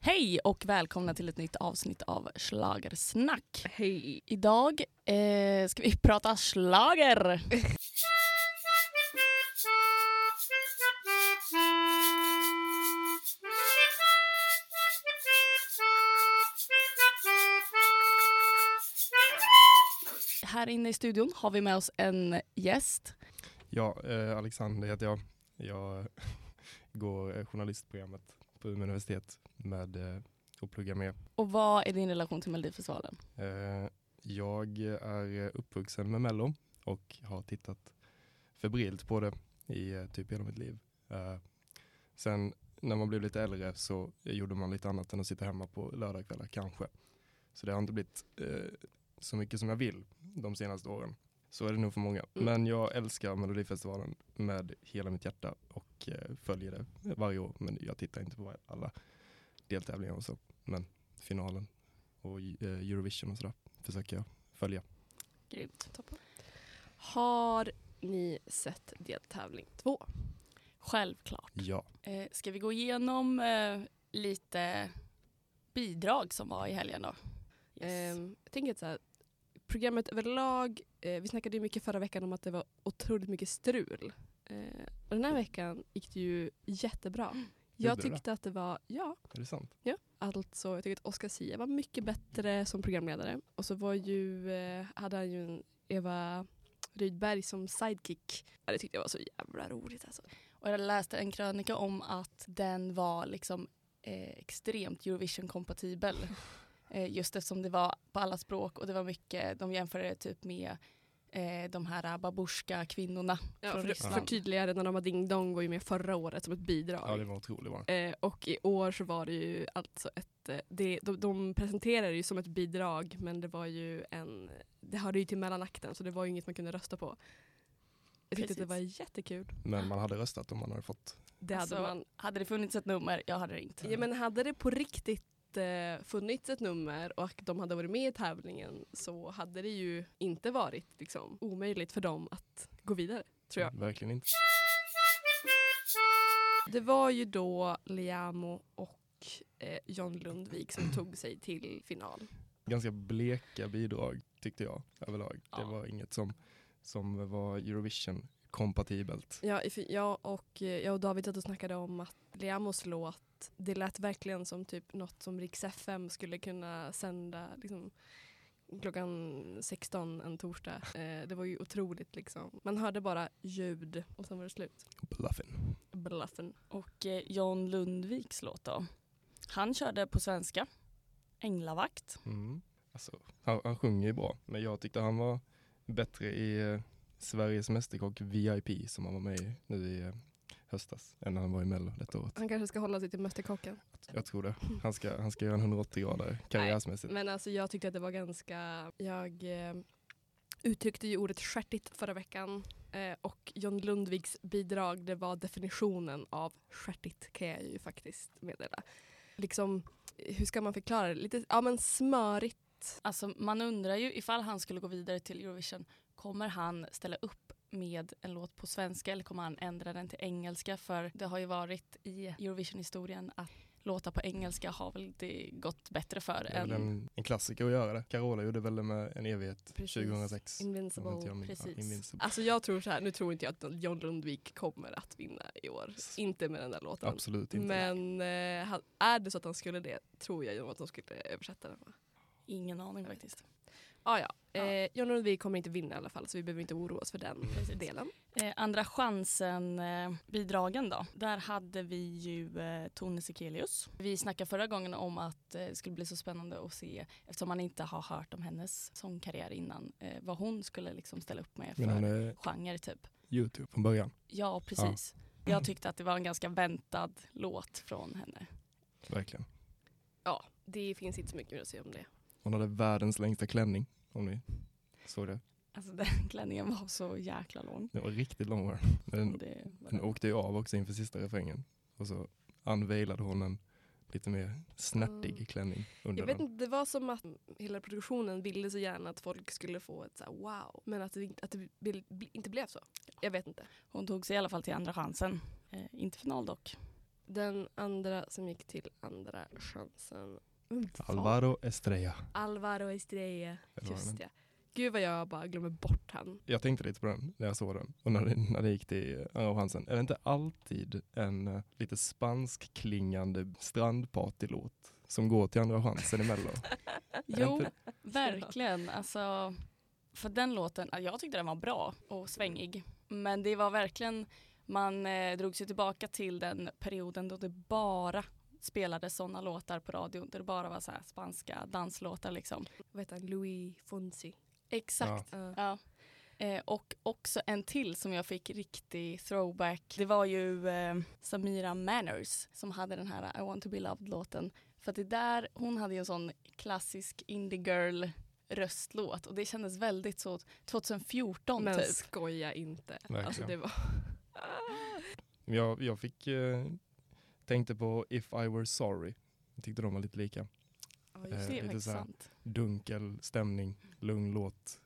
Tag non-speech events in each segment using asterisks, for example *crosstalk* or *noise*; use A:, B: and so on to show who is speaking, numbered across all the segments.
A: Hej och välkomna till ett nytt avsnitt av Schlagersnack.
B: Hej.
A: Idag eh, ska vi *laughs* prata slager. Här inne i studion har vi med oss en gäst.
C: Ja, eh, Alexander heter jag. Jag eh, *laughs* går eh, journalistprogrammet på Umeå universitet med eh, och pluggar med.
A: Och vad är din relation till Melodifestivalen?
C: Eh, jag är eh, uppvuxen med Mello och har tittat febrilt på det i eh, typ hela mitt liv. Eh, sen när man blev lite äldre så gjorde man lite annat än att sitta hemma på lördagkvällar kanske. Så det har inte blivit eh, så mycket som jag vill de senaste åren. Så är det nog för många.
A: Mm.
C: Men jag älskar Melodifestivalen med hela mitt hjärta och eh, följer det varje år. Men jag tittar inte på alla deltävlingar och så. Men finalen och eh, Eurovision och sådär försöker jag följa.
A: Grymt. Toppen.
B: Har ni sett deltävling två?
A: Självklart.
C: Ja.
A: Eh, ska vi gå igenom eh, lite bidrag som var i helgen då?
B: Ehm, jag tänker att så här, programmet överlag, eh, vi snackade ju mycket förra veckan om att det var otroligt mycket strul. Eh, och den här veckan gick det ju jättebra. Jag
C: Mm. Gjorde det?
B: tyckte att det var, ja,
C: Är det sant?
B: Alltså, jag tycker att Oscar Sia var mycket bättre som programledare. Och så var ju, eh, hade han ju en Eva Rydberg som sidekick. Ja, det tyckte jag var så jävla roligt alltså.
A: Och jag läste en krönika om att den var liksom eh, extremt
B: *laughs*
A: Eurovision-kompatibel. Eh, just eftersom det var på alla språk och det var mycket, de jämförde det typ med eh, de här baborska kvinnorna
B: Ja,
A: från
B: för,
A: Ryssland.
B: för tydligare, när de var Ding Dong var ju med förra året som ett bidrag.
C: Ja, det var otroligt bra.
B: eh, och i år så var det ju alltså ett, eh, det, de, de presenterade det ju som ett bidrag men det var ju en, det hörde ju till mellanakten så det var ju inget man kunde rösta på. Jag tyckte att det var jättekul.
C: Men man hade röstat om man hade fått.
B: Det
A: Alltså,
B: hade man
A: Hade det funnits ett nummer, jag hade ringt.
B: Ja, men hade det på riktigt eh, funnits ett nummer och de hade varit med i tävlingen så hade det ju inte varit liksom, omöjligt för dem att gå vidare. Tror jag.
C: Verkligen inte.
B: Det var ju då Liamo och eh, John Lundvik som tog sig till final.
C: Ganska bleka bidrag tyckte jag överlag.
A: Ja.
C: Det var inget som, som var Eurovision-kompatibelt.
B: Ja, if- jag, och, eh, jag och David satt och snackade om att Liamos låt, det lät verkligen som typ något som Rix FM skulle kunna sända liksom, klockan 16 en torsdag. Eh, det var ju otroligt liksom. Man hörde bara ljud och sen var det slut.
C: Bluffin.
B: Bluffen.
A: Och eh, John Lundviks låt då. Han körde på svenska. Änglavakt.
C: Mm. Alltså, han, han sjunger ju bra, men jag tyckte han var bättre i eh, Sveriges Mästerkock VIP som han var med i nu i eh, höstas än han var i Mello detta året.
B: Han kanske ska hålla sig till Mästerkocken.
C: Jag tror det. Han ska, han ska göra en 180 grader karriärsmässigt.
B: Men alltså jag tyckte att det var ganska, jag eh, uttryckte ju ordet stjärtigt förra veckan eh, och John Lundviks bidrag det var definitionen av stjärtigt kan jag ju faktiskt meddela. Liksom, hur ska man förklara det? Lite, ja men smörigt.
A: Alltså man undrar ju ifall han skulle gå vidare till Eurovision, kommer han ställa upp med en låt på svenska eller kommer han ändra den till engelska? För det har ju varit i Eurovision-historien att låtar på engelska har väl det gått bättre för
C: Det är
A: än...
C: väl en, en klassiker att göra det. Carola gjorde väl det med en evighet
B: Precis.
C: 2006. Om inte
B: Invincible.
C: jag minns- ja,
A: precis.
C: Invincible.
B: Alltså jag tror så här, nu tror inte jag att John Lundvik kommer att vinna i år. Inte med den där låten.
C: Absolut inte.
B: Men eh, han- är det så att han skulle det tror jag ju att de skulle översätta den.
A: Ingen aning faktiskt.
B: Ah, ja.
A: Ja.
B: Eh, John Lundvik kommer inte vinna i alla fall så vi behöver inte oroa oss för den
A: Precis.
B: delen.
A: Eh, andra chansen-bidragen då. Där hade vi ju eh, Tone Sekelius. Vi snackade förra gången om att eh, det skulle bli så spännande att se, eftersom man inte har hört om hennes sångkarriär innan, eh, vad hon skulle liksom ställa upp med för
C: Men han är
A: genre typ.
C: Youtube från början.
A: Ja, precis. Jag tyckte att det var en ganska väntad låt från henne.
C: Verkligen.
B: Ja, det finns inte så mycket mer att säga om det.
C: Hon hade världens längsta klänning. Om ni såg det.
A: Alltså den *laughs* klänningen var så jäkla lång.
C: Det var riktigt lång var Men den.
A: Det var
C: Den åkte ju av också inför sista refrängen. Och så unveilade hon en lite mer snärtig
B: Mm.
C: klänning under
B: Jag vet
C: den.
B: inte, det var som att hela produktionen ville så gärna att folk skulle få ett så här wow, men att det, inte- att det bli- bli- inte blev så. Jag vet inte.
A: Hon tog sig i alla fall till andra chansen. Eh, inte final dock.
B: Den andra som gick till andra chansen. Vem fan?
C: Alvaro Estrella.
B: Alvaro Estrella.
C: Eller vad han
B: Just ja. Gud vad jag bara glömmer bort han.
C: Jag tänkte lite på den när jag såg den och när det, när det gick till Andra chansen. Är det inte alltid en eh, lite spansk klingande strandpartylåt som går till Andra chansen i
B: *laughs*
C: Mello?
A: Jo,
C: inte-
A: verkligen. Alltså, för den låten, ja, jag tyckte den var bra och svängig. Men det var verkligen, man eh, drog sig tillbaka till den perioden då det bara spelades sådana låtar på radion. Där det bara var så här spanska danslåtar liksom.
B: Vad heter han? Louis Fonsi.
A: Exakt.
B: Ja.
A: Ja. Eh, och också en till som jag fick riktig throwback. Det var ju eh, Samira Manners som hade den här I want to be loved-låten. För att det där, hon hade ju en sån klassisk indie girl röstlåt och det kändes väldigt så 2014
B: Men
C: Eh,
A: typ.
B: skoja inte.
C: Verkligen.
B: Alltså det var...
C: Jag, jag fick, eh, tänkte på If I Were Sorry. Jag tyckte de var lite lika.
B: Ja,
C: Eh,
B: just
A: det
B: det.
A: är
C: lite
A: faktiskt
C: så här-
A: sant.
C: Dunkel stämning, lugn låt,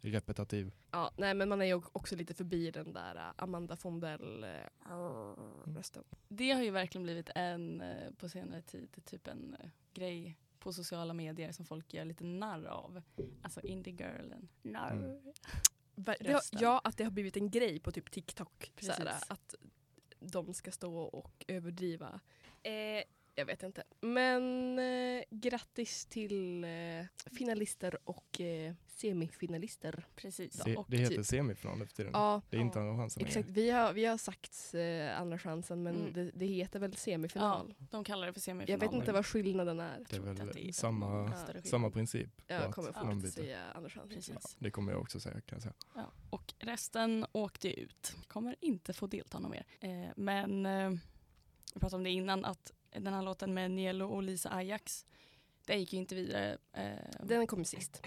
C: repetitiv.
B: Ja, nej men man är ju också lite förbi den där eh, Amanda Fondell eh,
A: Ah.
B: arr, rösten.
A: Det har ju verkligen blivit en eh, på senare tid typ en eh, grej på sociala medier som folk gör lite narr av. Alltså indie girlen. Narr.
C: Mm.
B: Ver- Det har,
A: Rösten.
B: ja, att det har blivit en grej på typ TikTok.
A: Precis.
B: Såhär, att de ska stå och överdriva. Eh, jag vet inte. Men eh, grattis till eh, finalister och eh,
C: Mm,
B: semifinalister.
A: Precis.
C: Se,
A: Och
C: det heter
B: typ-
C: semifinal nu för tiden.
B: Ja,
C: Det är inte
A: ja,
C: Andra chansen längre.
B: exakt. Vi har, vi har sagt eh, andra chansen men
A: Mm.
B: det, det heter väl semifinal.
A: de kallar det för
B: Jag
A: semifinal.
B: vet inte
C: men-
B: vad skillnaden är.
C: Det är
A: tror inte att det
C: väl
A: är
C: samma,
A: någon större
C: samma
A: skillnad.
C: princip.
B: Jag
C: att
B: kommer
C: de
B: fortsätta
C: byter.
B: säga andra chansen.
A: Precis.
C: Det kommer jag också säga kan jag säga.
A: Ja. Och resten åkte ut. Kommer inte få delta någon mer. Eh, men eh, vi pratade om det innan att den här låten med Nielo och Lisa Ajax den gick ju inte vidare. Eh, den,
B: Den kom sist.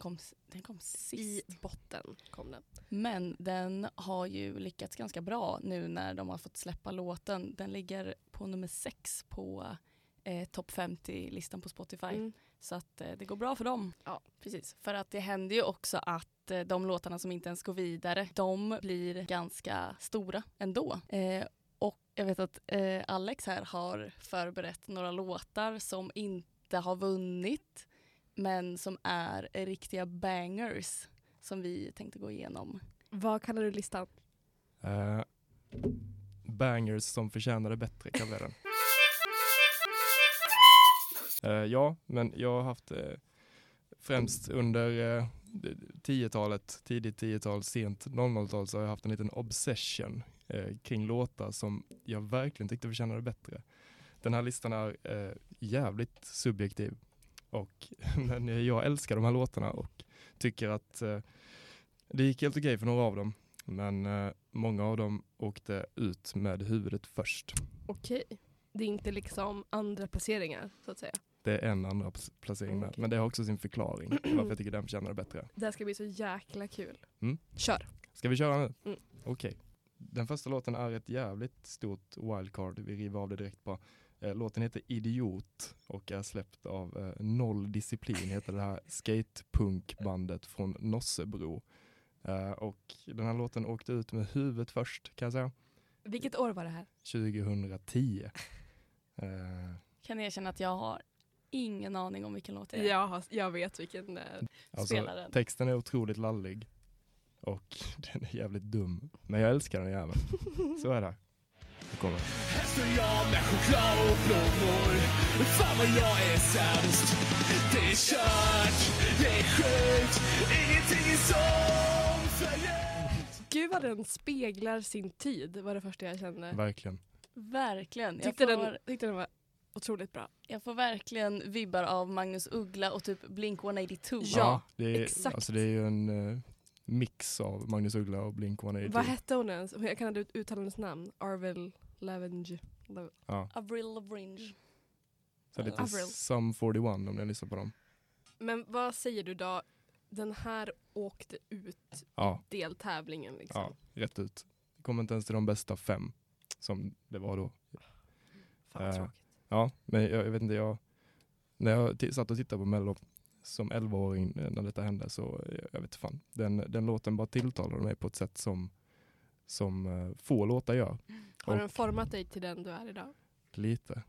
A: kom, s- den kom sist.
B: I botten kom den.
A: Men den har ju lyckats ganska bra nu när de har fått släppa låten. Den ligger på nummer sex på eh, topp 50-listan på Spotify.
B: Mm.
A: Så att eh, det går bra för dem.
B: Ja.
A: Precis. För att det händer ju också att eh, de låtarna som inte ens går vidare, de blir ganska stora ändå. Eh, och jag vet att eh, Alex här har förberett några låtar som inte har vunnit men som är riktiga bangers som vi tänkte gå igenom.
B: Vad kallar du listan?
C: Eh, bangers som förtjänade bättre kallar jag den. Eh, ja, men jag har haft eh, främst under eh, d- 10-talet, tidigt 10-tal, sent 00-tal så har jag haft en liten obsession eh, kring låtar som jag verkligen tyckte förtjänade bättre. Den här listan är eh, jävligt subjektiv och *laughs* men eh, jag älskar de här låtarna och tycker att eh, det gick helt okej för några av dem. Men eh, många av dem åkte ut med huvudet först.
B: Okej. Det är inte liksom andra placeringar så att säga.
C: Det är en andra pl- placering
B: Mm,
C: där.
B: okej.
C: Men det har också sin förklaring
B: *clears throat*
C: varför jag tycker den förtjänar det bättre.
B: Det här ska bli så jäkla kul.
C: Mm.
B: Kör.
C: Ska vi köra nu?
B: Mm.
C: Okej. Den första låten är ett jävligt stort wildcard. Vi river av det direkt bara. Eh, Låten heter Idiot och är släppt av eh, Noll Disciplin, heter det här skatepunkbandet från Nossebro. Eh, och den här låten åkte ut med huvudet först kan jag säga,
B: Vilket år var det här?
C: 2010. Eh,
A: Kan erkänna att jag har ingen aning om vilken låt det är.
B: Jag, har, jag vet vilken eh, det är.
A: Spela den.
C: Alltså, Texten är otroligt lallig och *laughs* den är jävligt dum. Men jag älskar den jäveln. Så är det. Nu kommer den.
D: Här står jag med choklad och blommor Fan vad jag är sämst Det är kört, det är sjukt Ingenting är som förut
B: Gud vad den speglar sin tid var det första jag kände.
C: Verkligen.
A: Verkligen. Jag
B: Tyckte
A: får-
B: den, tyckte den var otroligt bra.
A: Jag får verkligen vibbar av Magnus Uggla och typ Blink 182.
B: Ja,
C: det är,
B: exakt.
C: Alltså det är ju en eh, mix av Magnus Uggla och Blink-182.
B: Vad hette hon ens? Jag kan aldrig ut- uttala hennes namn. Arvel Lavenge.
C: Ja,
A: Avril Lavigne.
C: så lite
B: Avril.
C: Sum 41 om ni lyssnar på dem.
B: Men vad säger du då? Den här åkte ut
C: Ja,
B: deltävlingen liksom.
C: ja rätt ut. Kommer inte ens till de bästa fem som det var då.
B: Fan vad
C: Eh,
B: tråkigt.
C: Ja, men jag, jag vet inte, jag, när jag t- satt och tittade på Mello som 11-åring eh, när detta hände så, eh, jag vet inte fan, den, den låten bara tilltalade mig på ett sätt som, som eh, få låtar gör.
B: Har
C: och-
B: den format dig till den du är idag?
C: lite.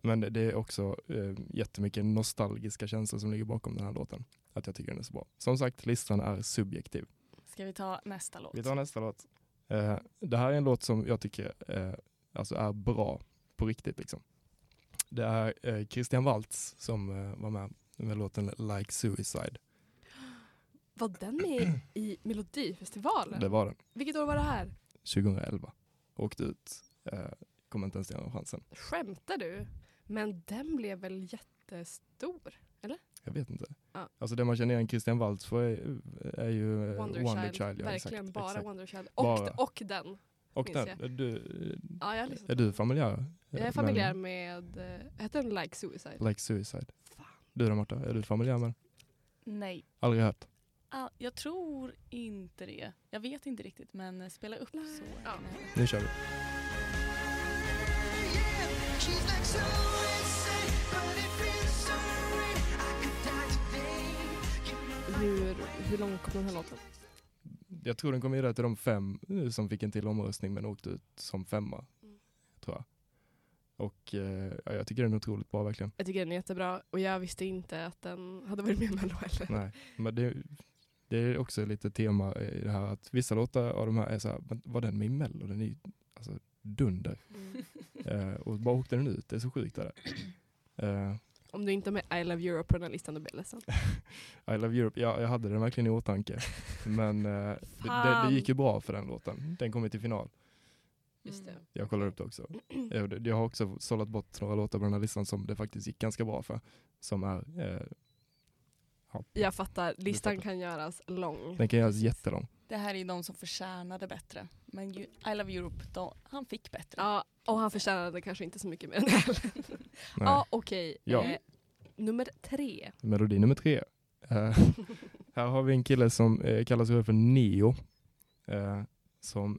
C: Men det är också eh, jättemycket nostalgiska känslor som ligger bakom den här låten. Att jag tycker den är så bra. Som sagt, listan är subjektiv.
A: Ska vi ta nästa låt?
C: Vi tar nästa låt. Eh, det här är en låt som jag tycker eh, alltså är bra på riktigt. Liksom. Det är eh, Christian Waltz som eh, var med med låten Like Suicide.
B: Var den med i Melodifestivalen?
C: Det var den.
B: Vilket år var det här?
C: 2011. Åkte ut, eh, kom inte ens till den chansen.
B: Skämtar du? Men den blev väl jättestor?
C: Jag vet inte.
B: Ja.
C: Alltså det man känner igen Christian Waltz för är, är ju eh,
B: Wonder, Child.
C: ja,
B: Verkligen
C: exakt,
B: bara
C: exakt.
B: Wonder Child. Och,
C: Bara.
B: och den.
C: Och
B: minns
C: den, du,
B: Ja, jag, har lyssnat
C: är
B: på
C: du
B: den.
C: familjär? eh,
B: jag är
C: med
B: familjär med, eh, heter den Like Suicide?
C: Like Suicide.
B: Fan.
C: Du då Marta, är du familjär med den?
A: Nej,
C: Aldrig hört.
A: ah, jag tror inte det. Jag vet inte riktigt men eh, spela upp så.
B: Ja.
C: Nu kör vi.
E: She's like suicide, but it feels so real. I could die today.
B: Hur, hur långt kom den här låten?
C: Jag tror den kom vidare till de fem eh, som fick en till omröstning men åkte ut som femma.
B: Mm.
C: Tror jag. Och eh, ja, jag tycker den är otroligt bra verkligen.
B: Jag tycker den är jättebra och jag visste inte att den hade varit med i Mello heller.
C: Nej, men det, det är också lite tema i det här att vissa låtar av de här är så här, "Men var den med i Mello? Den är ju alltså, dunder. *laughs* Eh, och bara åkte den ut, det är så sjukt det där. Eh,
B: *laughs* Om du inte är med I Love Europe på den här listan då blir jag ledsen.
C: I Love Europe, ja, jag hade den verkligen i åtanke. Men eh, det, det, det gick ju bra för den låten. Den kom ju till final.
B: Just det.
C: Jag kollar upp det också. Eh, det- Jag har också sållat bort några låtar på den här listan som det faktiskt gick ganska bra för. Som är, eh,
B: Jag fattar, listan
C: fattar.
B: kan göras lång.
C: den kan göras jättelång.
A: Det här är ju de som förtjänade bättre. Men ju, I Love Europe, då, han fick bättre.
B: Ja, och han förtjänade kanske inte så mycket mer än det heller.
C: Nej.
B: Ja, okej.
C: Ja.
B: Eh, nummer
C: *laughs*
B: tre.
C: Melodi nummer tre. Eh, här har vi en kille som eh, kallar sig själv för Neo. eh, som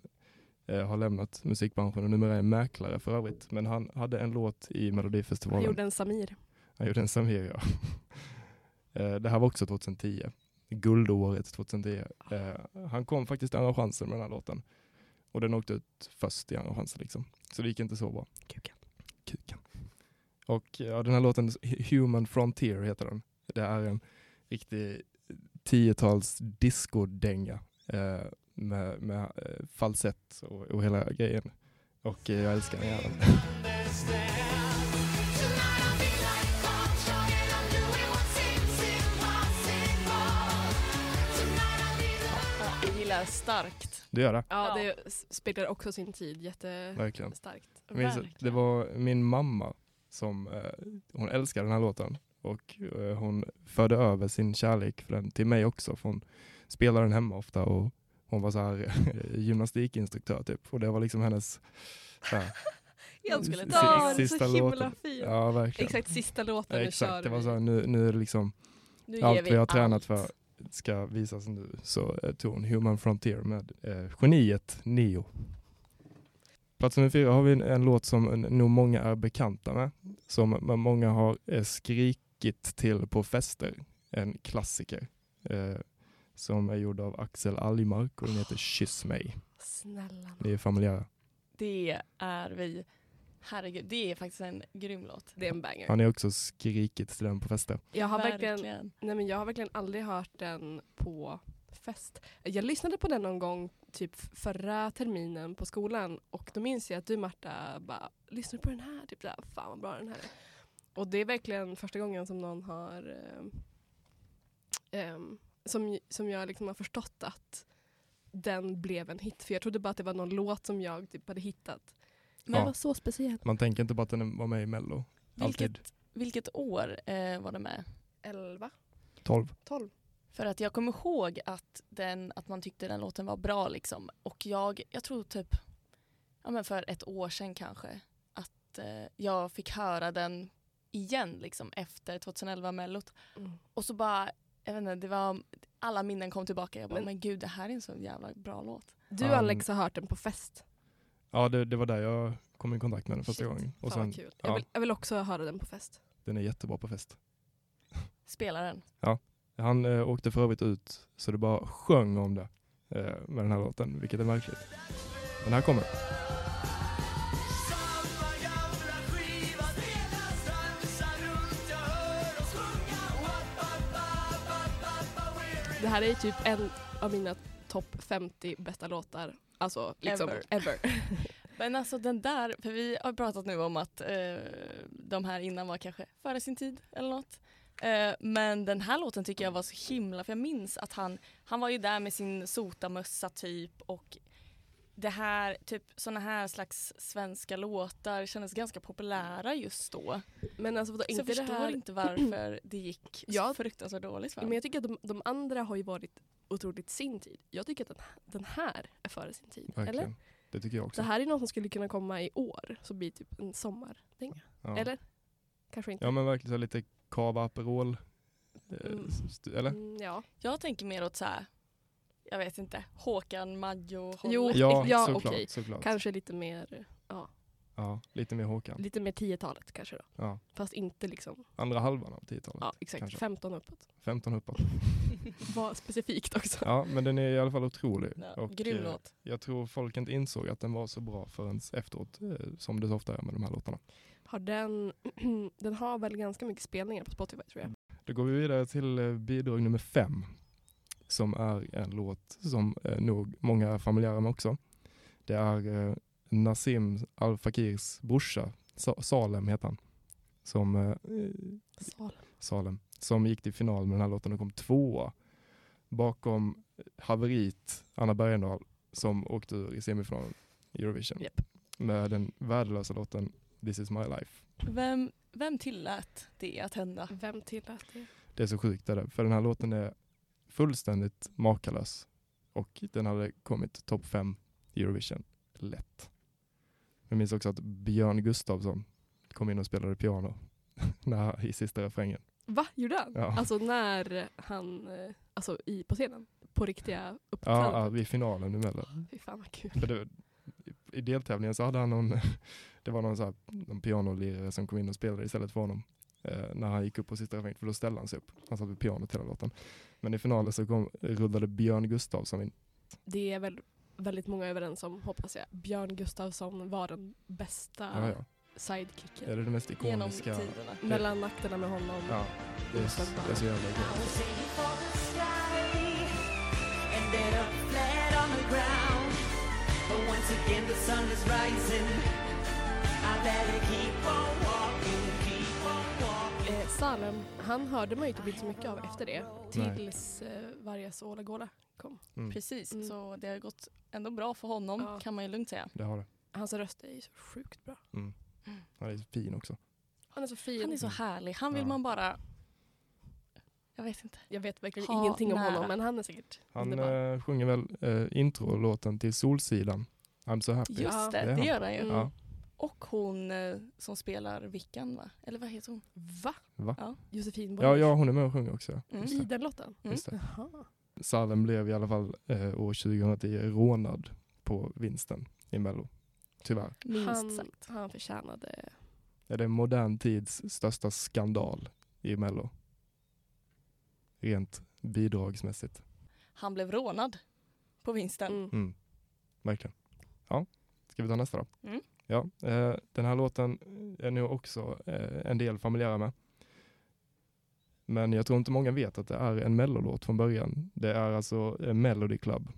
C: eh, har lämnat musikbranschen och numera är mäklare för övrigt. Men han hade en låt i Melodifestivalen.
B: Han gjorde en Samir.
C: han gjorde en Samir, ja. *laughs* Eh, det här var också 2010. Guldåret 2010. Eh, han kom faktiskt andra chansen med den här låten. Och den åkte ut först i andra chansen liksom. Så det gick inte så bra
B: Kuken.
C: kuken. Och ja, den här låten, Human Frontier heter den. Det är en riktig tiotals discodänga eh, med, med eh, falsett och, och hela grejen. Och eh, jag älskar den jäveln.
E: Tonight I'll be like Conchard, and I'm doing what seems impossible. Tonight I'll be like
A: Ja, jag gillar starkt.
C: Du gör det?
B: Ja,
A: Ja.
B: det s- speglar också sin tid jättestarkt.
C: Verkligen. Jag minns att det var min mamma som eh, hon älskade den här låten och eh, hon förde över sin kärlek för den till mig också för hon spelade den hemma ofta och hon var så här eh, gymnastikinstruktör typ och det var liksom hennes så
B: *laughs*
C: här,
A: Jag skulle
C: Si-
B: Ja,
A: ta
B: det är
C: sista
B: så himla
C: låten.
B: fint.
C: ja verkligen.
B: Exakt sista
C: Ja,
B: låten nu kör
C: exakt. det var
B: vi.
C: så här, nu, nu är det liksom
B: nu ger
C: allt
B: vi
C: vi har tränat
B: allt.
C: för ska visas nu så eh, tog hon Human Frontier med eh, geniet Neo. Plats nummer fyra har vi en, en låt som eh, nog många är bekanta med, som m- många har eh, skrikit till på fester. En klassiker eh, som är gjord av Axel Algmark och den heter Kyss mig.
B: Snälla nån.
C: Ni är familjära.
A: Det är vi. Herregud, det är faktiskt en grym låt.
B: Det är en banger.
C: Har ni också skrikit till den på fester?
B: Jag har verkligen, nej men jag har verkligen aldrig hört den på fest. Jag lyssnade på den någon gång typ förra terminen på skolan och då minns jag att du Marta bara lyssnar på den här, typ där, fan vad bra den här är. Och det är verkligen första gången som någon har ehm, ehm, som, som jag liksom har förstått att den blev en hit. För jag trodde bara att det var någon låt som jag typ hade hittat. Men
C: Ja.
B: den var så speciell.
C: Man tänker inte på att den var med i Mello. Alltid.
A: Vilket, vilket år eh, var det med?
B: 11,
C: 12.
B: 12.
A: För att jag kommer ihåg att, den, att man tyckte den låten var bra liksom. Och jag, jag tror typ ja, men för ett år sedan kanske att eh, jag fick höra den igen liksom efter 2011 mellot.
B: Mm.
A: Och så bara, jag vet inte, det var, alla minnen kom tillbaka. Jag bara,
B: Men-
A: men, gud det här är en så jävla bra låt.
B: Du
C: Um,
B: Alex har hört den på fest.
C: Ja, det, det var där jag kom i kontakt med den första
B: Shit,
C: gången.
B: Fan
C: Och sen,
B: vad kul.
C: ja.
B: Jag, vill, jag vill också höra den på fest.
C: den är jättebra på fest.
A: Spela den.
C: Han eh, åkte för övrigt ut så det bara sjöng om det eh, med den här låten, vilket är märkligt. Men här kommer den.
E: Somebody
B: Det här är typ en av mina topp 50 bästa låtar. Alltså liksom
A: Ever.
B: ever.
A: *laughs* Men alltså den där, för vi har pratat nu om att eh, de här innan var kanske före sin tid eller något. Eh, men den här låten tycker jag var så himla, för jag minns att han, han var ju där med sin sotamössa typ och det här, typ såna här slags svenska låtar kändes ganska populära just då.
B: Men alltså vadå,
A: Så jag
B: inte det
A: förstår
B: här.
A: inte varför *clears throat* det gick så
B: Ja.
A: fruktansvärt dåligt för
B: Men
A: honom.
B: jag tycker att de, de andra har ju varit otroligt sin tid. Jag tycker att den, den här är före sin tid. Eller?
C: Verkligen. Det tycker jag
B: Det
C: också.
B: här är något som skulle kunna komma i år, så blir typ en sommardänga.
C: Ja.
B: Eller? Kanske inte.
C: Ja men verkligen så här lite cava aperol. eh,
B: Mm.
C: st- Eller?
B: Mm, ja.
A: Jag tänker mer åt så här, jag vet inte, Håkan Maggio
B: Jo.
A: hållet.
C: *laughs* Ja,
B: Ja,
C: såklart.
B: okej.
C: såklart.
B: Kanske lite mer,
C: Ja, lite mer Håkan.
B: lite mer 10-talet kanske då.
C: Ja.
B: Fast inte liksom,
C: Andra halvan av 10-talet.
B: ja exakt,
C: kanske.
B: 15 uppåt.
C: 15
B: *laughs*
C: uppåt.
B: Var specifikt också.
C: Ja men den är i alla fall otrolig.
A: Ja,
C: Och,
A: grym
C: eh,
A: låt.
C: Jag tror folk inte insåg att den var så bra förrän efteråt, eh, som det så ofta är med de här låtarna.
B: Har den, *clears throat* den har väl ganska mycket spelningar på Spotify tror jag.
C: Då går vi vidare till eh, bidrag nummer fem, som är en låt som eh, nog många är familjära med också. Det är eh, Nassim Al Fakirs brorsa, Sa- Salem heter han, som eh, Salem, som gick till final med den här låten och kom tvåa bakom haverit Anna Bergendahl som åkte ur i semifinalen i Eurovision
B: Japp.
C: med den värdelösa låten This is my life.
A: Vem, vem tillät det att hända?
B: Vem tillät det?
C: Det är så sjukt är det, för den här låten är fullständigt makalös och den hade kommit topp fem i Eurovision lätt. Jag minns också att Björn Gustafsson kom in och spelade piano *laughs* när, i sista refrängen.
B: Va, gjorde han?
C: Ja.
B: Alltså när han, eh, alltså i, på scenen? På riktiga
C: Ja,
B: uppträdanden?
C: ja, vid finalen nu mellan.
B: Fy fan vad kul.
C: För det, I deltävlingen så hade han någon, *laughs* det var någon, så här, någon pianolirare som kom in och spelade istället för honom. Eh, när han gick upp på sista refrängen, för då ställde han sig upp. Han satt vid pianot hela låten. Men i finalen så kom, rullade Björn Gustafsson in.
B: Det är väl väldigt många överens om hoppas jag. Björn Gustafsson var den bästa
C: Ja, ja. Det är
B: sidekicken.
C: det mest
A: Genom
C: ikoniska.
A: tiderna.
B: Mellan akterna med honom.
C: Ja, det är, så- det är så jävla
E: I will
C: gött.
E: see you for the sky and then up flat on the ground. But once again, the sun is rising. I better keep on walking, keep on walking.
B: Eh, Salem, han hörde man ju typ inte så mycket av efter det.
C: Nej.
B: Tills eh, Vargas och Olagola kom.
C: Mm,
A: Precis,
B: Mm.
A: så det har gått ändå bra för honom
B: Ja.
A: kan man ju lugnt säga.
C: det har det.
B: Hans röst är ju så sjukt bra.
C: Han är så fin också.
B: Han är så fin.
A: Han är så härlig, han vill
C: Ja.
A: man bara... Jag vet inte.
B: Jag vet verkligen
A: Ha
B: ingenting om
A: nära.
B: honom men han är säkert
C: Han
B: underbar.
C: eh, sjunger väl eh, introlåten till Solsidan, I'm so happy.
A: Just
B: Ja,
A: det,
C: det är
A: det
C: han.
A: gör han ju.
B: Mm.
C: Ja,
A: Och hon eh, som spelar Vickan va? Eller vad heter hon?
B: Va?
C: va?
B: Josefin
C: Ja,
B: Borg?
C: ja, hon är med och sjunger också. ja.
A: Mm.
C: Just
B: I
C: det.
B: den låten?
A: Mm.
C: Just det.
B: Jaha.
C: Salem blev i alla fall eh, år 2010 rånad på vinsten i Mello. Tyvärr.
A: Minst
B: Han,
A: sagt.
B: han förtjänade...
C: Är det modern tids största skandal i Mello? Rent bidragsmässigt.
A: Han blev rånad på vinsten.
B: Mm.
C: Mm. Verkligen. Ja, ska vi ta nästa då?
A: Mm.
C: Ja, eh, den här låten är nog också eh, en del familjära med. Men jag tror inte många vet att det är en mellolåt från början. Det är alltså eh, Melody Club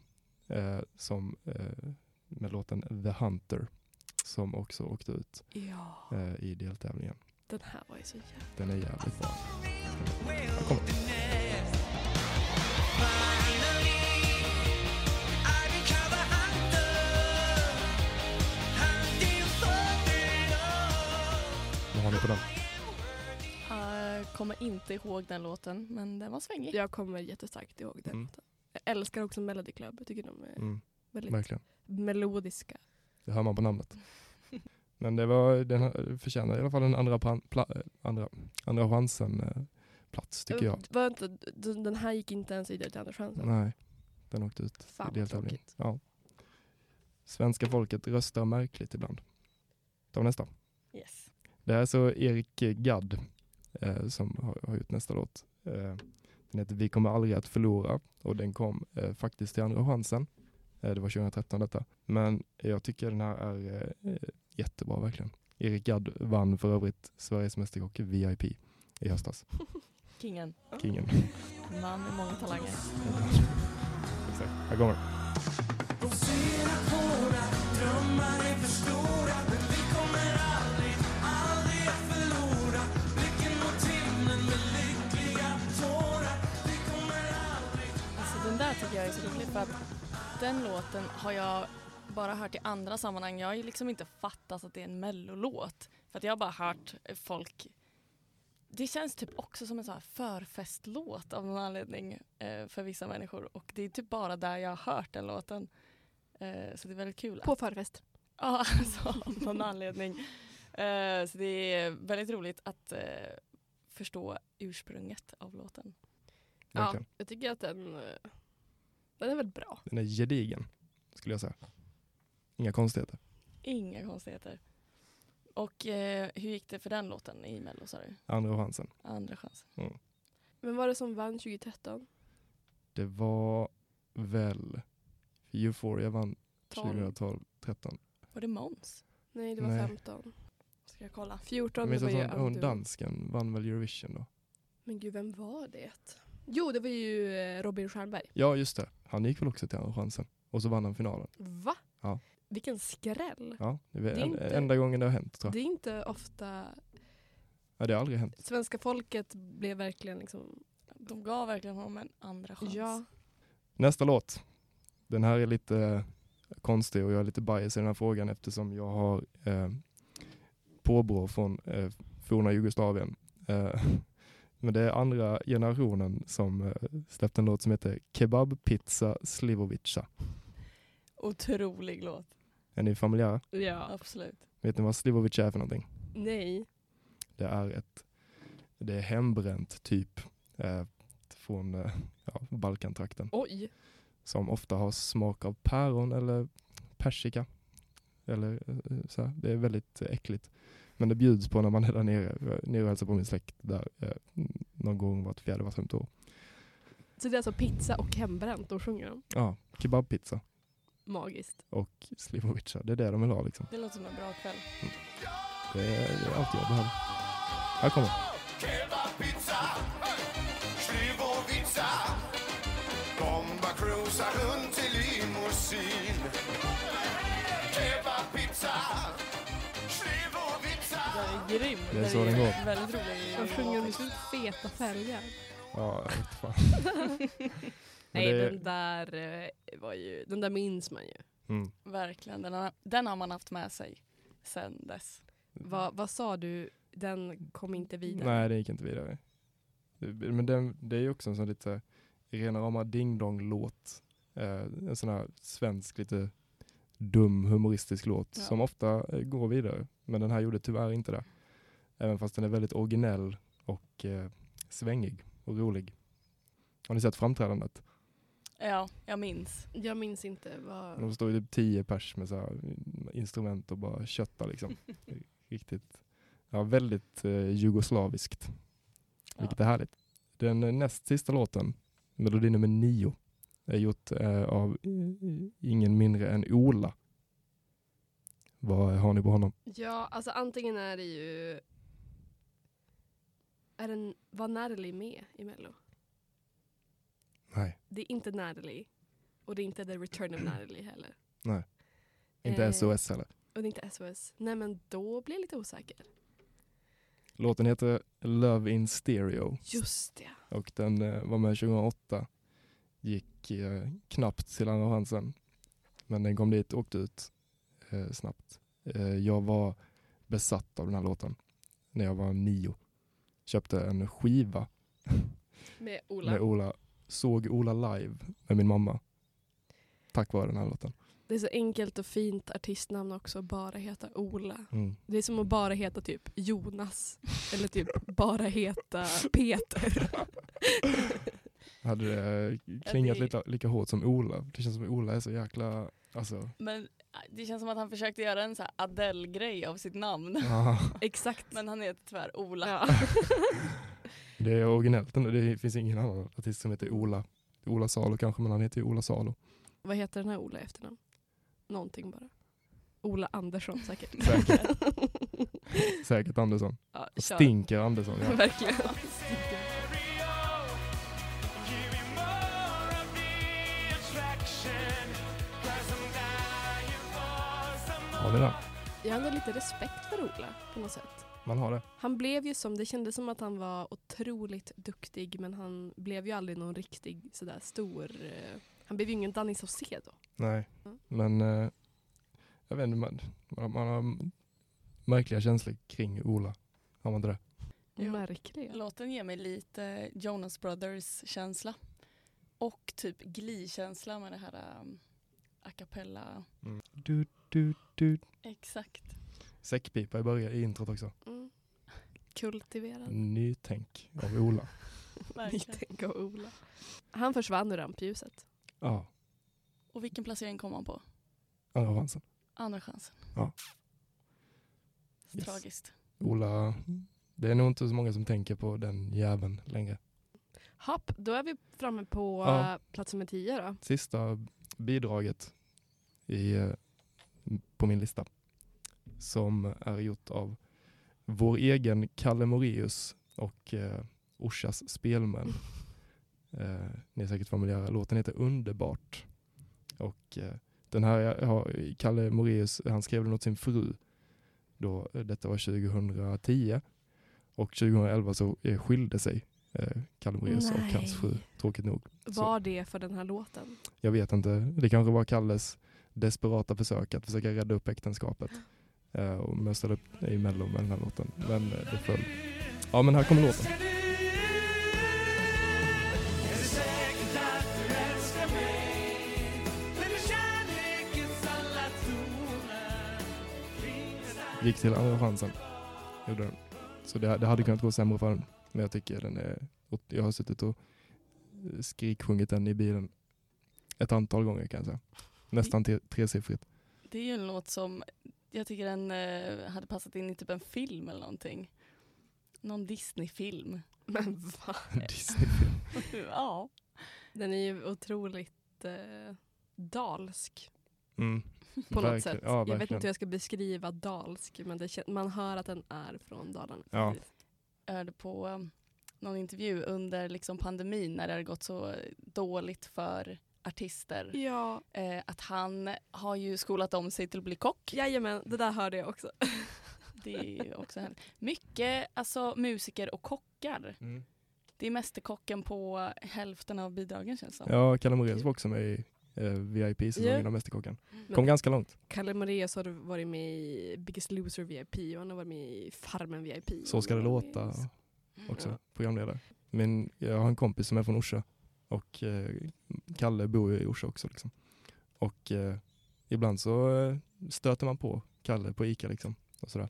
C: eh, som, eh, med låten The Hunter som också åkte ut
B: Ja,
C: eh, i deltävlingen.
B: den här var ju så jävla...
C: Den är jävligt bra.
D: Well,
C: Kom.
D: finesse. Finally, I become a hunter, hunting for freedom.
C: Vad har ni på den?
A: Eh, kommer inte ihåg den låten men den var svängig.
B: Jag kommer jättestarkt ihåg den
C: Mm.
B: låten. Jag älskar också Melody Club. Jag tycker de är
C: Mm,
B: väldigt
C: verkligen.
B: melodiska.
C: Det hör man på namnet. Men det var, den här- förtjänar i alla fall en andra, pan, pla, eh, andra, andra chansen-plats tycker jag.
B: Var inte, den den här gick inte ens vidare till Andra chansen.
C: Nej, den åkte ut
B: Fan
C: i
B: vad
C: deltävlingen.
B: tråkigt.
C: Ja. Svenska folket röstar märkligt ibland. Ta nästa.
A: Yes.
C: Det här är så Erik Gadd eh, som har, har gjort nästa låt. Eh, den heter Vi kommer aldrig att förlora och den kom eh, faktiskt till Andra chansen. Eh, det var 2013 detta. Men jag tycker den här är eh, eh, jättebra verkligen. Erik Gadd vann för övrigt Sveriges Mästerkock VIP i höstas.
A: Kingen.
C: Kingen.
A: Man med många talanger.
C: *laughs* Exakt. Här kommer den.
A: Alltså den där tycker jag är så rolig för att den låten har jag bara hört i andra sammanhang. Jag har ju liksom inte fattat att det är en mellolåt. För att jag har bara hört folk det känns typ också som en sån här förfestlåt av någon anledning eh, för vissa människor och det är typ bara där jag har hört den låten. Eh, så det är väldigt kul.
B: På förfest.
A: Ja, *laughs* alltså, av någon anledning. Eh, så det är väldigt roligt att eh, förstå ursprunget av låten.
B: Ja,
C: Verkligen.
B: jag tycker att den, eh, den är väl bra.
C: Den är gedigen, skulle jag säga. Inga konstigheter.
A: Inga konstigheter. Och eh, hur gick det för den låten i Mello sa du?
C: Andra chansen.
A: Andra chansen.
B: Vem var det som vann 2013?
C: Det var väl Euphoria vann
A: Tolv.
C: 2012, 13.
A: Var det Måns?
B: Nej, det var
C: Nej.
B: 15.
A: Ska jag kolla?
B: 14
C: Jag
B: det
C: minns
B: var
C: att
B: ju
C: hon, hon
B: Andu.
C: dansken vann väl Eurovision då.
B: Men gud, vem var det? Jo, det var ju eh, Robin Stjernberg.
C: Ja, just det. Han gick väl också till Andra chansen. Och så vann han finalen.
B: Va?
C: Ja.
B: Vilken skräll.
C: Ja, det är,
B: Det är
C: en,
B: inte-
C: enda gången det har hänt tror jag.
B: Det är inte ofta
C: Ja, det har aldrig hänt.
B: svenska folket blev verkligen liksom...
A: De gav verkligen honom en andra chans.
B: Ja.
C: Nästa låt. Den här är lite eh, konstig och jag är lite bias i den här frågan eftersom jag har eh, påbrå från eh, forna Jugoslavien. Eh, *laughs* men det är andra generationen som eh, släppte en låt som heter Kebab Pizza Slivovica.
A: Otrolig låt.
C: Är ni familjära?
B: ja.
A: Absolut.
C: Vet ni vad Slivovica är för någonting?
B: Nej.
C: Det är ett det är hembränt typ eh, från eh, ja, Balkantrakten
B: Oj.
C: som ofta har smak av päron eller persika. Eller eh, så här. Det är väldigt eh, äckligt. Men det bjuds på när man är där nere. Jag är Nere och hälsar på min släkt där eh, någon gång vart fjärde, vart femte år.
B: Så det är alltså pizza och hembränt de sjunger om.
C: Ja, kebabpizza
B: Magiskt.
C: och slivovica. Det är det de vill ha liksom.
A: Det låter som en bra kväll.
C: Det är, det är allt jag behöver. Här kommer
F: Kebabpizza, Slivovica Bomba cruisar runt i limousin Kebabpizza, Slivovica
A: Den är grym.
C: Det är så den går.
A: Väldigt
B: De sjunger med
A: rolig.
B: så feta färger.
C: Ja, jag vet fan. Men
B: Nej,
C: det är-
B: den där eh, var ju... Den där minns man ju.
C: Mm.
A: Verkligen. Den har, den har man haft med sig sen dess.
B: Vad, vad sa du? Den kom inte vidare.
C: Mm. Nej, det gick inte vidare. Det- Men den, det är ju också en sån lite rena rama ding-dong-låt. Eh, en sån här svensk, lite dum, humoristisk låt
A: Ja.
C: som ofta eh, går vidare. Men den här gjorde tyvärr inte det. Även fast den är väldigt originell och eh, svängig och rolig. Har ni sett framträdandet?
A: Ja, jag minns.
B: Jag minns inte vad...
C: De står ju typ tio pers med så här instrument och bara köttar
B: *laughs*
C: liksom. Riktigt, ja väldigt eh, jugoslaviskt.
A: Ja.
C: Vilket är härligt. Den eh, näst sista låten, melodi nummer nio, är gjort eh, av eh, ingen mindre än Ola. Vad har ni på honom?
B: Ja, alltså antingen är det ju... Är den, var Nerli med i Mello?
C: Nej,
B: Det är inte Nerli. Och det är inte The Return of Nerli heller.
C: inte
B: Eh.
C: SOS heller.
B: Och det är inte SOS. Nej men då blir jag lite osäker.
C: Låten heter Love in Stereo
B: Just det.
C: och den eh, var med 2008. Gick eh, knappt till Andra chansen. Men den kom dit och åkte ut eh, snabbt. Eh, jag var besatt av den här låten när jag var nio. Köpte en skiva
B: Med Ola.
C: med Ola. Såg Ola live med min mamma. Tack vare den här låten.
B: Det är så enkelt och fint artistnamn också. Bara heta Ola.
C: Mm.
B: Det är som att bara heta typ Jonas. Eller typ bara heta
C: *laughs*
B: Peter.
C: Hade det klingat
A: det-
C: lite, lika hårt som Ola. Det känns som Ola är så jäkla... Alltså,
A: Men eh, det känns som att han försökte göra en så här Adele-grej av sitt namn.
C: ja,
B: Exakt.
A: Men han heter tyvärr Ola.
B: Ja.
C: det är originellt ändå. Det finns ingen annan artist som heter Ola. Ola Salo kanske, men han heter ju Ola Salo.
B: Vad heter den här Ola i efternamn? Någonting bara. Ola Andersson säkert.
C: Säkert. Säkert Andersson.
B: ja, kör.
C: Stinker Andersson. Ja.
B: Verkligen.
F: Miseria
C: över det.
B: *laughs* Jag hade lite respekt för Ola på något sätt.
C: Man har det.
B: Han blev ju som, det kändes som att han var otroligt duktig men han blev ju aldrig någon riktig sådär stor, eh, han blev ju ingen Danny Saucedo.
C: Nej,
B: Mm.
C: men eh, jag vet inte, man, man, man har märkliga känslor kring Ola. Har man inte det?
A: Jo.
B: Märklig.
A: Låten ger mig lite Jonas Brothers-känsla. Och typ Glee-känsla med det här um, a cappella.
C: Du, du, du.
A: *laughs* Exakt.
C: Säckpipa i början i introt också.
B: Mm. Kultiverad.
C: Nytänk av Ola.
A: Verkligen.
B: Tänk Mm. av Ola. Han försvann ur rampljuset.
C: Ja,
A: Och vilken placering kom han på?
C: andra chansen.
A: Andra chansen.
C: Ja.
A: Så
C: Yes.
A: Tragiskt.
C: Ola, det är nog inte så många som tänker på den jäveln längre.
B: Hopp, då är vi framme på
C: Ja.
B: eh, plats nummer tio då.
C: Sista bidraget i, eh, på min lista som är gjort av vår egen Kalle Moreus och eh, Orsas spelmän. Eh, ni är säkert familjära. Låten heter Underbart. Och eh, den här har Kalle Moreus, han skrev den åt sin fru. Då, eh, detta var 2010. Och 2011 så eh, skilde sig eh, Kalle Moreus och hans
B: Nej.
C: fru, tråkigt nog. Så-
B: Var det för den här låten?
C: Jag vet inte. Det kanske var Kalles desperata försök att försöka rädda upp äktenskapet. Eh, och men jag ställde upp i Mello med den här låten. Men eh, det föll. Ja, men här kommer låten. Gick till andra chansen. Gjorde den. Så det, det hade kunnat gå sämre för den. Men jag tycker den är... och Jag har suttit och skriksjungit den i bilen ett antal gånger kan jag säga. Nästan te- tresiffrigt.
A: Det är ju en låt som jag tycker den eh, hade passat in i typ en film eller någonting. Någon Disney-film.
B: Men *laughs* va?
C: *laughs* Disney-film.
A: *laughs* ja.
B: Den är ju otroligt eh, dalsk
C: Mm.
B: *laughs* på
C: Verkligen.
B: något sätt.
C: Ja,
B: jag vet
C: verkligen.
B: inte hur jag ska beskriva dalsk men det, kän- man hör att den är från Dalarna.
C: Ja.
A: Jag hörde på eh, någon intervju under liksom pandemin när det hade gått så eh, dåligt för artister.
B: Ja,
A: Eh, att han har ju skolat om sig till att bli kock.
B: jajamän, det där hörde jag också. *laughs*
A: Det är ju också härligt. Mycket alltså, musiker och kockar.
C: Mm.
A: Det är mästerkocken på hälften av bidragen känns det som.
C: Ja, Kalle Moraeus var också med i eh, VIP-säsongen
B: Ja. Mm.
C: av Mästerkocken.
B: Men-
C: Kom ganska långt.
B: Kalle Moraeus har varit med i Biggest Loser VIP och han har varit med i Farmen VIP.
C: Så ska det
A: Mm.
C: låta också, programledare. Min, jag har en kompis som är från Orsa och eh, Kalle bor ju i Orsa också. Liksom. Och eh, ibland så eh, stöter man på Kalle på Ica liksom. Och sådär.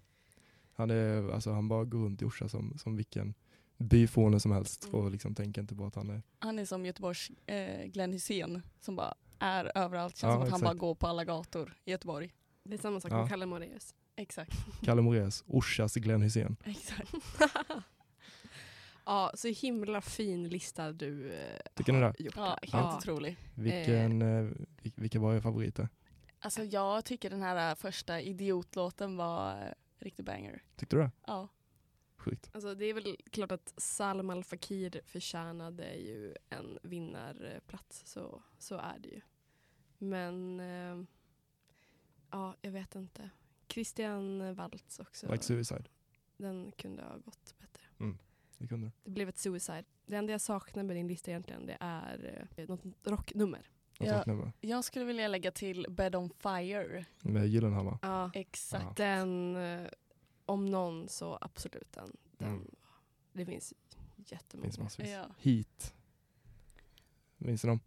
C: Han, är, alltså, han bara går runt i Orsa som, som vilken byfåne som helst
A: Mm.
C: och liksom tänker inte på att han är
A: Han är som Göteborgs eh, Glenn Hysén som bara är överallt. Känns
C: Ja,
A: som att han
C: exakt.
A: bara går på alla gator i Göteborg.
B: Det är samma sak
C: Ja.
B: med Kalle Moraeus.
A: Exakt.
C: Kalle Moraeus, Orsas Glenn Hysén.
A: Exakt.
B: *laughs* ja, så himla fin lista du eh,
C: Tycker ni
B: har
C: det?
B: gjort.
A: Ja, helt
B: Ja.
A: otrolig.
C: Vilken, eh. vil- vilka var era favoriter?
A: Alltså jag tycker den här eh, första idiotlåten var eh, riktig banger.
C: Tyckte du det?
A: Ja.
C: Sjukt.
B: Alltså, det är väl klart att Salman Al Fakir förtjänade ju en vinnarplats, så, så är det ju. Men eh, ja, jag vet inte. Christian Waltz också.
C: Like Suicide.
B: Den kunde ha gått bättre.
C: Mm. Det kunde du.
B: Det blev ett suicide. Det enda jag saknar med din lista egentligen det är eh, något rocknummer.
C: Jag
A: Ja.
C: saknar bara.
A: Jag skulle vilja lägga till Bed on Fire.
C: Med Gyllenhammar.
B: Ja,
A: Exakt.
C: Ja.
B: den, eh, om någon så absolut den. den
C: Mm.
B: Det finns
C: Det
B: jättemånga.
C: finns massvis.
A: Ja.
C: Heat. Minns ni dem?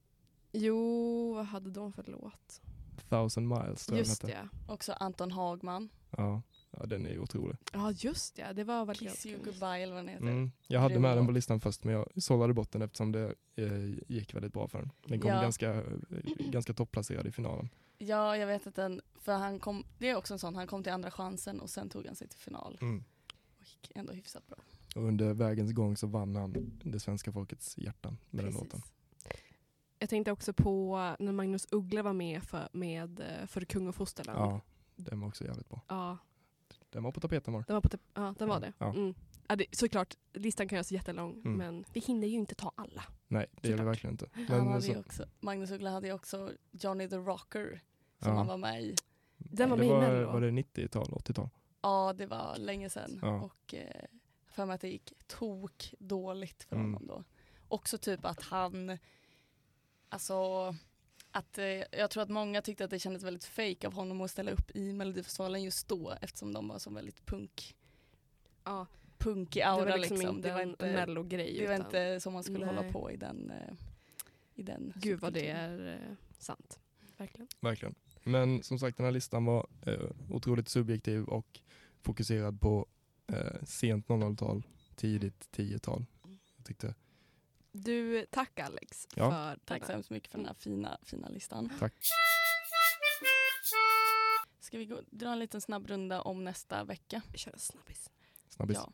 B: Jo, vad hade de för låt?
C: Thousand Miles tror jag
B: Just
C: den hette.
B: det.
A: Också Anton Hagman.
C: Ja. ja, den är otrolig.
B: Ja, just det. Det var verkligen...
A: Kiss you goodbye eller vad den heter.
C: Mm. Jag hade med
A: Grym
C: den på
A: låt.
C: listan först men jag sållade bort den eftersom det eh, gick väldigt bra för den. Den kom
A: Ja.
C: ganska, eh, ganska topplacerad i finalen.
A: Ja, jag vet att den, för han kom, det är också en sån, han kom till andra chansen och sen tog han sig till final. Och gick ändå hyfsat bra.
C: Och under vägens gång så vann han det svenska folkets hjärtan med den låten.
B: Jag tänkte också på när Magnus Uggla var med för, med, eh, för Kung och Fosterland.
C: Ja, den var också jävligt bra.
B: ja
C: Den var på tapeten var
B: den var, på typ, ja, den var det.
C: Ja.
B: Mm. Ja, det. Såklart, listan kan göras jättelång
C: Mm.
B: men vi hinner ju inte ta alla.
C: Nej, det gör vi
B: Såklart.
C: verkligen inte.
A: han
C: Men
A: hade
C: så-
A: ju också, Magnus Uggla hade ju också Johnny the Rocker som
C: Ja.
A: han var med i.
B: Den var
C: det
B: med i
C: var,
B: Mello.
C: var det 90-tal, 80-tal?
A: Ja, det var länge sedan.
C: Ja.
A: Och eh, för mig att det gick tok dåligt för
C: Mm.
A: honom då. Också typ att han, alltså att eh, jag tror att många tyckte att det kändes väldigt fake av honom att ställa upp i Melodifestivalen just då eftersom de var så väldigt punk,
B: Ja,
A: punkig
B: det
A: aura
B: var
A: liksom.
B: liksom inte
A: det var
B: en
A: inte,
B: Mello-grej.
A: det var
B: utan-
A: inte som man skulle hålla
B: Nej.
A: på i den, eh, i den
B: Gud vad det
A: subkulturen.
B: är eh, sant. Verkligen.
C: Verkligen. Men som sagt den här listan var eh, otroligt subjektiv och fokuserad på eh, sent 00-tal, tidigt 10-tal. Jag tyckte,
B: Du, tack Alex
C: Ja.
B: för
A: Tack så
B: denna.
A: hemskt mycket för den här fina, fina listan.
C: Tack.
A: Ska vi gå, dra en liten snabb runda om nästa vecka?
B: Kör en snabbis.
C: snabbis.
A: Ja.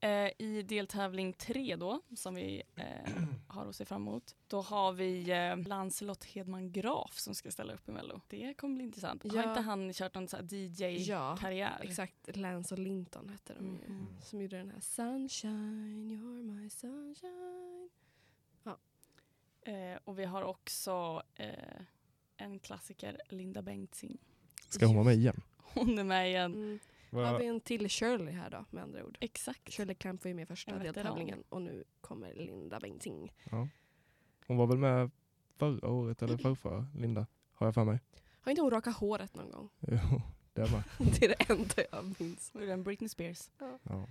A: Eh, I deltävling tre då, som vi eh, har att se fram emot, då har vi eh, Lancelot Hedman Graf som ska ställa upp i Mello. Det kommer bli intressant. Har
B: Ja.
A: inte han kört någon så här
B: Ja,
A: DJ-karriär?
B: Exakt, Lance och Linton hette de ju.
A: Mm.
B: Som gjorde den här Sunshine, you're my sunshine.
A: Eh, och vi har också eh, en klassiker, Linda Bengtzing.
C: Ska hon vara med igen?
A: Hon är med igen.
B: Mm. Har
C: Vad-
B: vi en till Shirley här då med andra ord.
A: Exakt.
B: Shirley Clamp var ju med första
A: En veteran.
B: deltävlingen och nu kommer Linda Bengtzing.
C: Hon var väl med förra året
B: Mm.
C: eller förrförra, Linda, har jag för mig. *laughs*
B: Har inte hon rakat håret någon gång? *laughs*
C: Jo, det var.
B: det är det enda jag minns.
A: Och den Britney Spears.
C: Ja.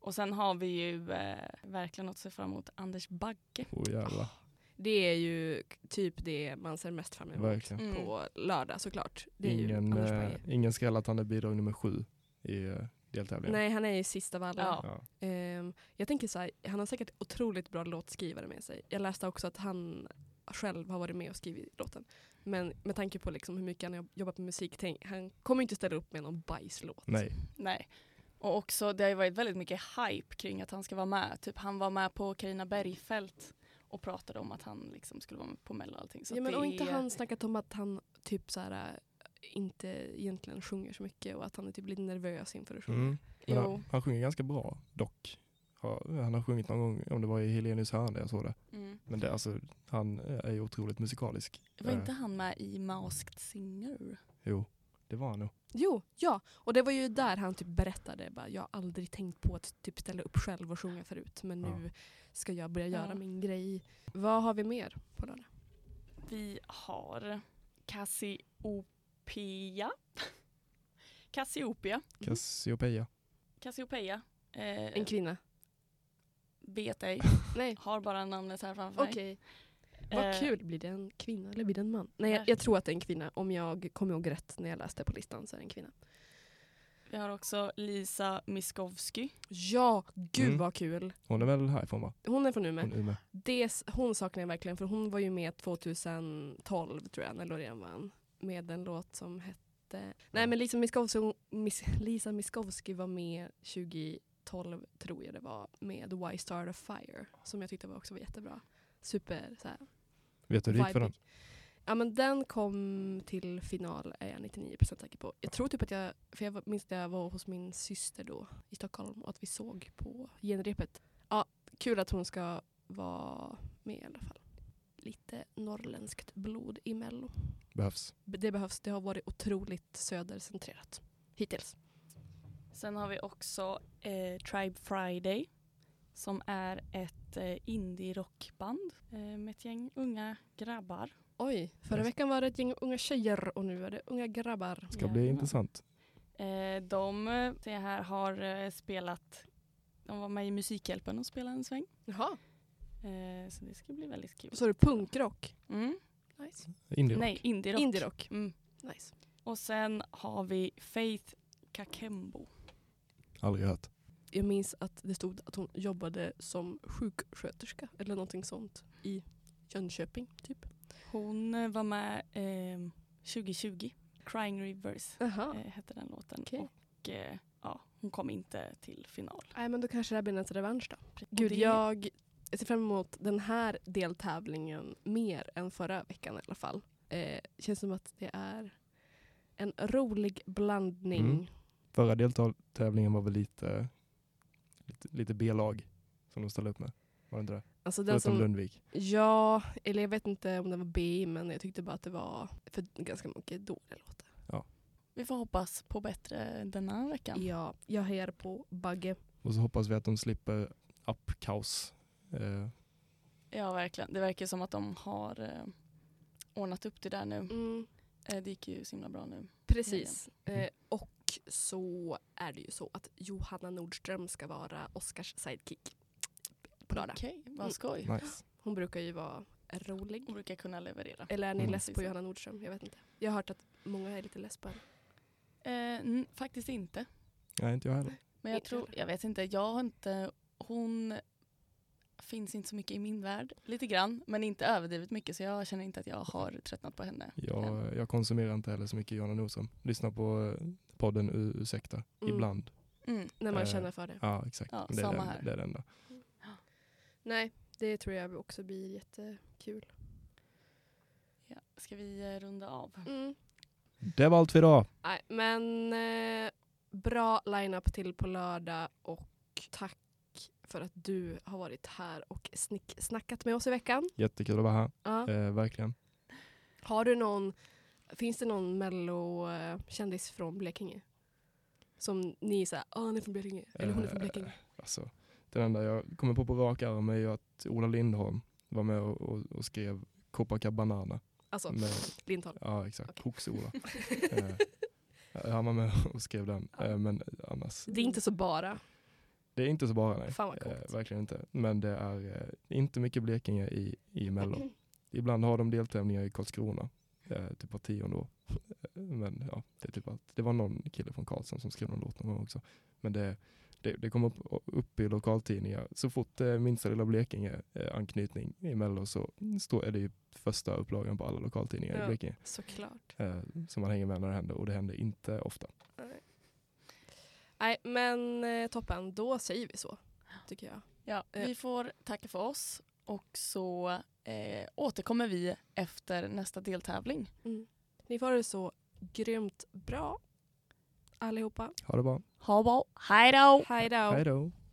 A: Och sen har vi ju eh, verkligen något att se fram emot, Anders Bagge.
C: Oh, jävlar.
B: Det är ju typ det man ser mest fram emot
C: Verkligen.
A: Mm.
B: på lördag såklart. Det är ju
C: Ingen,
B: Anders
C: eh,
B: Bagge.
C: ingen skräll att han är bidrag nummer sju i eh, deltävlingen.
B: Nej, han är ju sist av alla.
A: Ja.
C: Ja.
B: Ehm, jag tänker så här, han har säkert otroligt bra låtskrivare med sig. Jag läste också att han själv har varit med och skrivit låten. Men med tanke på liksom hur mycket han har jobbat med musik, tänk, han kommer inte ställa upp med någon bajslåt.
C: Nej.
A: Nej. Och också, det har ju varit väldigt mycket hype kring att han ska vara med. Typ han var med på Carina Bergfeldt och pratade om att han liksom skulle vara med på Mello och allting. Så
B: ja,
A: att
B: men,
A: det
B: och inte
A: är-
B: han snackat om att han typ så här, äh, inte egentligen sjunger så mycket och att han är typ lite nervös inför att sjunga.
C: Mm. Men
A: Jo.
C: han, han sjunger ganska bra dock. Ja, han har sjungit någon gång, om det var i Helenius hörna jag såg det.
A: Mm.
C: Men det, alltså, han är ju otroligt musikalisk.
A: Var
C: Eh,
A: inte han med i Masked Singer?
C: Jo, det var han nog.
B: Jo, ja. Och det var ju där han typ berättade bara, jag har aldrig tänkt på att typ ställa upp själv och sjunga förut men
C: Ja.
B: nu ska jag börja
A: Ja.
B: göra min grej. Vad har vi mer på lördag?
A: Vi har Cassiopeia. Cassiopeia.
C: Cassiopeia.
A: Cassiopeia.
B: En
A: Eh,
B: kvinna?
A: vet ej.
B: Nej.
A: Har bara namnet här framför mig.
B: Okej. Vad
A: Eh,
B: kul. Blir det en kvinna eller blir det en man? Nej, jag, jag tror att det är en kvinna. Om jag kommer ihåg rätt när jag läste på listan så är det en kvinna.
A: Vi har också Lisa Miskovsky.
B: Ja, gud
C: Mm.
B: vad kul.
C: Hon är väl härifrån va?
B: Hon är från Umeå.
C: Hon är med.
B: Dels, hon saknar jag verkligen för hon var ju med 2012 tror jag när Loreen vann. Med en låt som hette... Nej men Lisa Miskovsky, Miss, Lisa Miskovsky var med 2012 tror jag det var med Why Start a Fire som jag tyckte var också var jättebra. Super så här,
C: Vet du hur det gick för den?
B: vibig. Ja men den kom till final är jag 99% säker på. Jag tror typ att jag, för jag var- minns att jag var hos min syster då i Stockholm och att vi såg på genrepet. Ja, kul att hon ska vara med i alla fall. Lite norrländskt blod i Mello.
C: Behövs.
B: B- Det behövs, det har varit otroligt södercentrerat hittills.
A: Sen har vi också eh, Tribe Friday som är ett eh, indie-rockband eh, med ett gäng unga grabbar.
B: Oj, förra
C: Yes.
B: veckan var det ett gäng unga tjejer och nu är det unga grabbar.
C: Ska bli
A: Jajamän.
C: intressant.
A: Eh, de eh, det här har eh, spelat, de var med i Musikhjälpen och spelade en sväng.
B: Jaha.
A: Eh, så det ska bli väldigt kul.
B: Så är det punkrock.
A: Mm.
B: Nice.
C: Indie
A: Nej, indie-rock.
B: Indierock.
A: Mm.
B: Nice.
A: Och sen har vi Faith Kakembo.
C: Aldrig hört.
B: Jag minns att det stod att hon jobbade som sjuksköterska eller någonting sånt i Jönköping typ.
A: Hon eh, var med eh, 2020, Crying Rivers.
B: Aha.
A: eh, hette den låten.
B: Okej.
A: Och eh, ja, hon kom inte till final.
B: Nej men då kanske det här blir en revansch då.
A: Och
B: Gud
A: det-
B: jag ser fram emot den här deltävlingen mer än förra veckan i alla fall. Eh, känns som att det är en rolig blandning.
C: Mm. Förra deltävlingen var väl lite, lite, lite B-lag som de ställde upp med. Var det inte det?
B: Alltså den
C: Förutom
B: som,
C: Lundvik.
B: Ja, eller jag vet inte om den var B men jag tyckte bara att det var för ganska mycket dåliga låtar.
A: Vi får hoppas på bättre denna veckan.
B: Ja, jag hejar på Bagge.
C: Och så hoppas vi att de slipper appkaos. Eh,
A: Ja, verkligen. Det verkar som att de har eh, ordnat upp det där nu.
B: Mm,
A: Eh, det gick ju så himla bra nu.
B: precis. Eh, och så är det ju så att Johanna Nordström ska vara Oscars sidekick på lördag.
A: Okej, Mm. vad skoj.
C: nice.
B: Hon brukar ju vara rolig.
A: De brukar kunna leverera.
B: Eller är ni
C: Mm.
B: less på Johanna Nordström? Jag vet inte. Jag har hört att många är lite less på henne.
A: Eh, n- faktiskt inte.
C: Nej, inte jag heller.
A: Men jag
B: Inte
A: tror, jag vet inte, jag har inte, hon finns inte så mycket i min värld. Lite grann, men inte överdrivet mycket så jag känner inte att jag har tröttnat på henne.
C: Jag, jag konsumerar inte heller så mycket Johanna Nordström. Lyssnar på eh, podden U- Ursäkta,
B: Mm.
C: ibland.
A: Mm.
B: När man
C: Eh.
B: känner för det.
C: Ja, exakt.
A: Ja,
C: det, är
A: samma
C: den,
A: här.
C: det är den där.
B: Nej, det tror jag också blir jättekul.
A: Ja. Ska vi eh, runda av?
B: Mm.
C: Det var allt för idag.
B: Nej, men eh, bra line-up till på lördag och tack för att du har varit här och snicksnackat med oss i veckan.
C: Jättekul att vara här.
B: Ja.
C: Eh, verkligen.
B: Har du någon, finns det någon mello-kändis från Blekinge? Som ni säger, ah han är från Blekinge, eller hon är från
C: Eh,
B: Blekinge.
C: Alltså, den enda jag kommer på på rak arm är ju att Ola Lindholm var med och, och, och skrev Copacabana.
B: Alltså,
C: Med,
B: Lindholm.
C: ja, exakt.
B: Okej.
A: *laughs*
C: Oxe-Ola. Eh, Han var med och skrev den. Eh, Men annars,
B: Det är inte så bara.
C: det är inte så bara nej.
B: Fan vad
C: Eh,
B: coolt.
C: verkligen inte. Men det är eh, inte mycket Blekinge i, i
B: *clears throat*
C: Mello. Ibland har de deltävlingar i Karlskrona, eh, typ var tionde år. Eh, Men ja, det, är typ allt. det var någon kille från Karlsson som skrev någon låt någon gång också. Men det, det, det kommer upp, upp i lokaltidningar. Så fort eh, minsta lilla Blekinge-anknytning i Mello så står, är det ju första upplagan på alla lokaltidningar
B: Ja.
C: i Blekinge.
B: Såklart.
C: Eh, så man hänger med när det händer och det händer inte ofta.
B: Nej, men eh, toppen, då säger vi så. Tycker jag.
A: Ja,
B: Eh.
A: vi får tacka för oss och så eh, återkommer vi efter nästa deltävling.
B: Ni får det så grymt bra allihopa.
C: Ha det bra.
A: Ha bra, hej då!
B: Hej då.
C: Hej då.